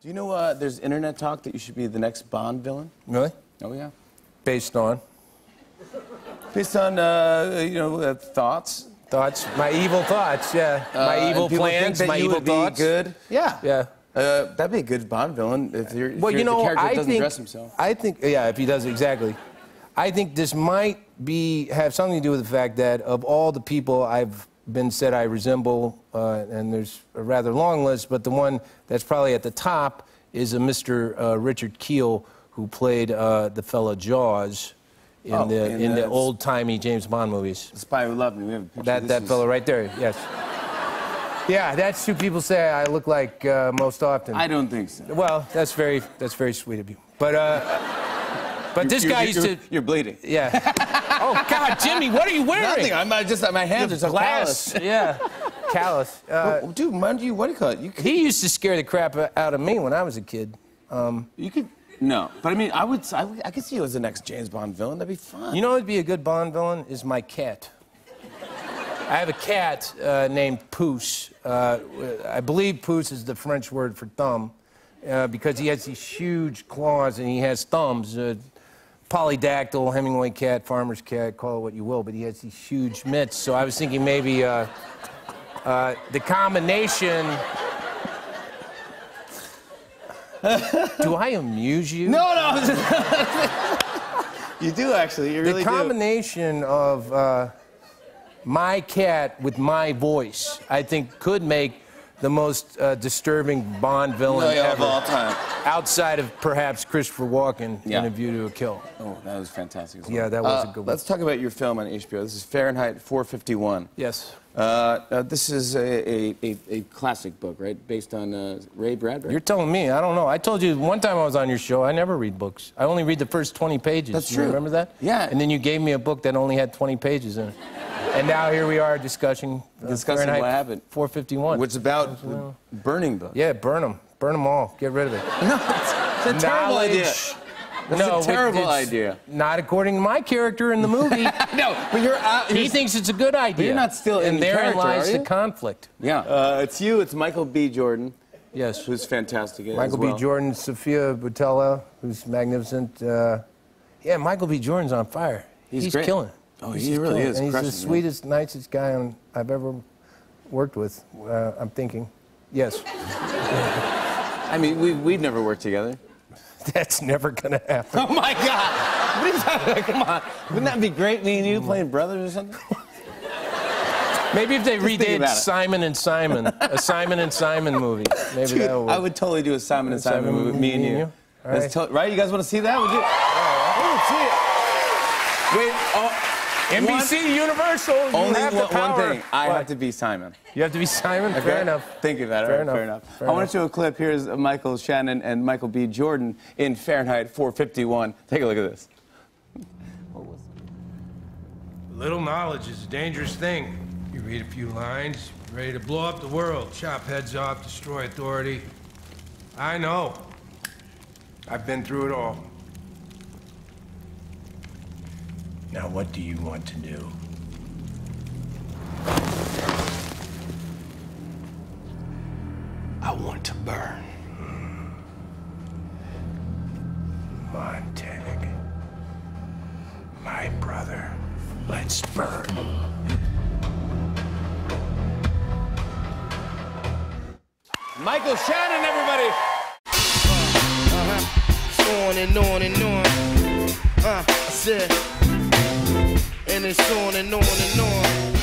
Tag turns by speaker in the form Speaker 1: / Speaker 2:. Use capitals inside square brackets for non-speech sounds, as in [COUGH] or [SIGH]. Speaker 1: Do you know uh, there's internet talk that you should be the next Bond villain?
Speaker 2: Really?
Speaker 1: Oh yeah.
Speaker 2: Based on
Speaker 1: Based on uh, you know uh, thoughts,
Speaker 2: thoughts, my evil thoughts. Yeah,
Speaker 1: Uh,
Speaker 2: my
Speaker 1: and
Speaker 2: evil
Speaker 1: people think
Speaker 2: plans,
Speaker 1: that
Speaker 2: my
Speaker 1: you
Speaker 2: evil
Speaker 1: would be
Speaker 2: thoughts.
Speaker 1: good. Yeah.
Speaker 2: Yeah.
Speaker 1: Uh, that'd be a good Bond villain if you're, if
Speaker 2: Well,
Speaker 1: you're
Speaker 2: you know,
Speaker 1: the character that
Speaker 2: I
Speaker 1: doesn't
Speaker 2: think
Speaker 1: dress himself.
Speaker 2: I think yeah, if he does exactly, I think this might be have something to do with the fact that of all the people I've been said I resemble, uh, and there's a rather long list, but the one that's probably at the top is a Mr. Uh, Richard Keel who played uh, the fella Jaws in
Speaker 1: Oh,
Speaker 2: the
Speaker 1: in
Speaker 2: in the
Speaker 1: the-
Speaker 2: old timey James Bond movies.
Speaker 1: The Spy Who Loved Me. We have a picture.
Speaker 2: That,
Speaker 1: This
Speaker 2: that
Speaker 1: is-
Speaker 2: fellow right there, yes. Yeah, that's who people say I look like uh, most often.
Speaker 1: I don't think so.
Speaker 2: well, that's very that's very sweet of you. But uh, but this
Speaker 1: You're-
Speaker 2: guy
Speaker 1: you're-
Speaker 2: used to,
Speaker 1: You're bleeding.
Speaker 2: yeah. [LAUGHS] oh God, Jimmy, what are you wearing?
Speaker 1: Nothing. I'm not just my hands are so
Speaker 2: Glass. Yeah, callous. Uh,
Speaker 1: callous. Dude, mind you, what do you call it? You could,
Speaker 2: he used to scare the crap out of me when I was a kid.
Speaker 1: you could. No, but I mean, I would. I, would- I could see you as the next James Bond villain. That'd be fun.
Speaker 2: You know, who'd be a good Bond villain is my cat. I have a cat uh, named Poos. Uh, I believe Poos is the French word for thumb, uh, because he has these huge claws and he has thumbs. Uh, polydactyl, Hemingway cat, farmer's cat, call it what you will, but he has these huge mitts. So I was thinking maybe uh, uh, the combination. Do I amuse you?
Speaker 1: no, no.
Speaker 2: [LAUGHS]
Speaker 1: I'm just- you do actually. You really
Speaker 2: the
Speaker 1: do.
Speaker 2: combination of uh, my cat with my voice, I think, could make the most uh, disturbing Bond villain
Speaker 1: Really of
Speaker 2: ever,
Speaker 1: all time.
Speaker 2: outside of perhaps Christopher Walken
Speaker 1: Yeah.
Speaker 2: in A View to a Kill.
Speaker 1: Oh, that was fantastic. As well.
Speaker 2: Yeah, that was a
Speaker 1: Uh,
Speaker 2: good one.
Speaker 1: Let's talk about your film on HBO. This is Fahrenheit 451.
Speaker 2: Yes.
Speaker 1: Uh, uh, this is a, a, a, a classic book, right? Based on uh, Ray Bradbury.
Speaker 2: You're telling me. I don't know. I told you one time I was on your show. I never read books. I only read the first 20 pages.
Speaker 1: That's
Speaker 2: you
Speaker 1: true.
Speaker 2: Remember that?
Speaker 1: Yeah.
Speaker 2: And then you gave me a book that only had 20 pages in it. And now here we are discussing uh,
Speaker 1: Discussing
Speaker 2: Fahrenheit
Speaker 1: what happened.
Speaker 2: 451.
Speaker 1: which is about burning books.
Speaker 2: yeah, burn them. Burn them all. Get rid of it.
Speaker 1: [LAUGHS] No,
Speaker 2: [LAUGHS]
Speaker 1: it's, it's a terrible
Speaker 2: Knowledge.
Speaker 1: idea. That's
Speaker 2: no,
Speaker 1: a
Speaker 2: it-
Speaker 1: terrible
Speaker 2: it's
Speaker 1: idea.
Speaker 2: Not according to my character in the movie. [LAUGHS]
Speaker 1: No, but you're out.
Speaker 2: he thinks it's a good idea.
Speaker 1: you're not still in
Speaker 2: and
Speaker 1: the
Speaker 2: therein
Speaker 1: character,
Speaker 2: lies
Speaker 1: are
Speaker 2: the
Speaker 1: you?
Speaker 2: conflict.
Speaker 1: yeah. Uh, it's you. It's Michael B. Jordan,
Speaker 2: Yes.
Speaker 1: who's fantastic. in it
Speaker 2: Michael
Speaker 1: as well.
Speaker 2: B. Jordan, Sophia Butella, who's magnificent. Uh, yeah, Michael B. Jordan's on fire.
Speaker 1: He's
Speaker 2: He's,
Speaker 1: great.
Speaker 2: killing. it.
Speaker 1: Oh,
Speaker 2: He's
Speaker 1: he
Speaker 2: just
Speaker 1: really
Speaker 2: killing it.
Speaker 1: is
Speaker 2: And he's
Speaker 1: crushing
Speaker 2: the
Speaker 1: it.
Speaker 2: sweetest, nicest guy on, I've ever worked with. Uh, I'm thinking. Yes. [LAUGHS]
Speaker 1: I mean, we we've never worked together.
Speaker 2: That's never gonna happen.
Speaker 1: [LAUGHS] Oh my God! What are you talking about? Come on! Wouldn't that be great? Me and you playing brothers or
Speaker 2: [LAUGHS]
Speaker 1: something?
Speaker 2: Maybe if they
Speaker 1: think
Speaker 2: redid
Speaker 1: about it.
Speaker 2: Simon and Simon, a Simon and Simon movie. Maybe
Speaker 1: Dude,
Speaker 2: that would.
Speaker 1: I would totally do a Simon and Simon,
Speaker 2: Simon,
Speaker 1: movie with me and you.
Speaker 2: All
Speaker 1: That's
Speaker 2: right.
Speaker 1: to- right? You guys want to see that? Would you? Oh, We would see it. Wait. Oh,
Speaker 2: NBC Universal. You
Speaker 1: one- only
Speaker 2: have
Speaker 1: one,
Speaker 2: the power.
Speaker 1: one thing. I
Speaker 2: What?
Speaker 1: have to be Simon.
Speaker 2: You have to be Simon. Fair
Speaker 1: Okay?
Speaker 2: enough.
Speaker 1: Think about it.
Speaker 2: Fair
Speaker 1: Fair, enough. fair
Speaker 2: enough.
Speaker 1: enough.
Speaker 2: Fair
Speaker 1: I want
Speaker 2: enough.
Speaker 1: to show a clip. Here's uh, Michael Shannon and Michael B. Jordan in Fahrenheit 451. Take a look at this.
Speaker 3: Little knowledge is a dangerous thing. You read a few lines, ready to blow up the world, chop heads off, destroy authority. I know. I've been through it all. Now, what do you want to do? I want to burn. Hmm. Montanic. My brother. Let's burn.
Speaker 1: Michael Shannon, everybody.
Speaker 4: Uh-huh. on and on and on. Uh, I said, and it's on and on and on.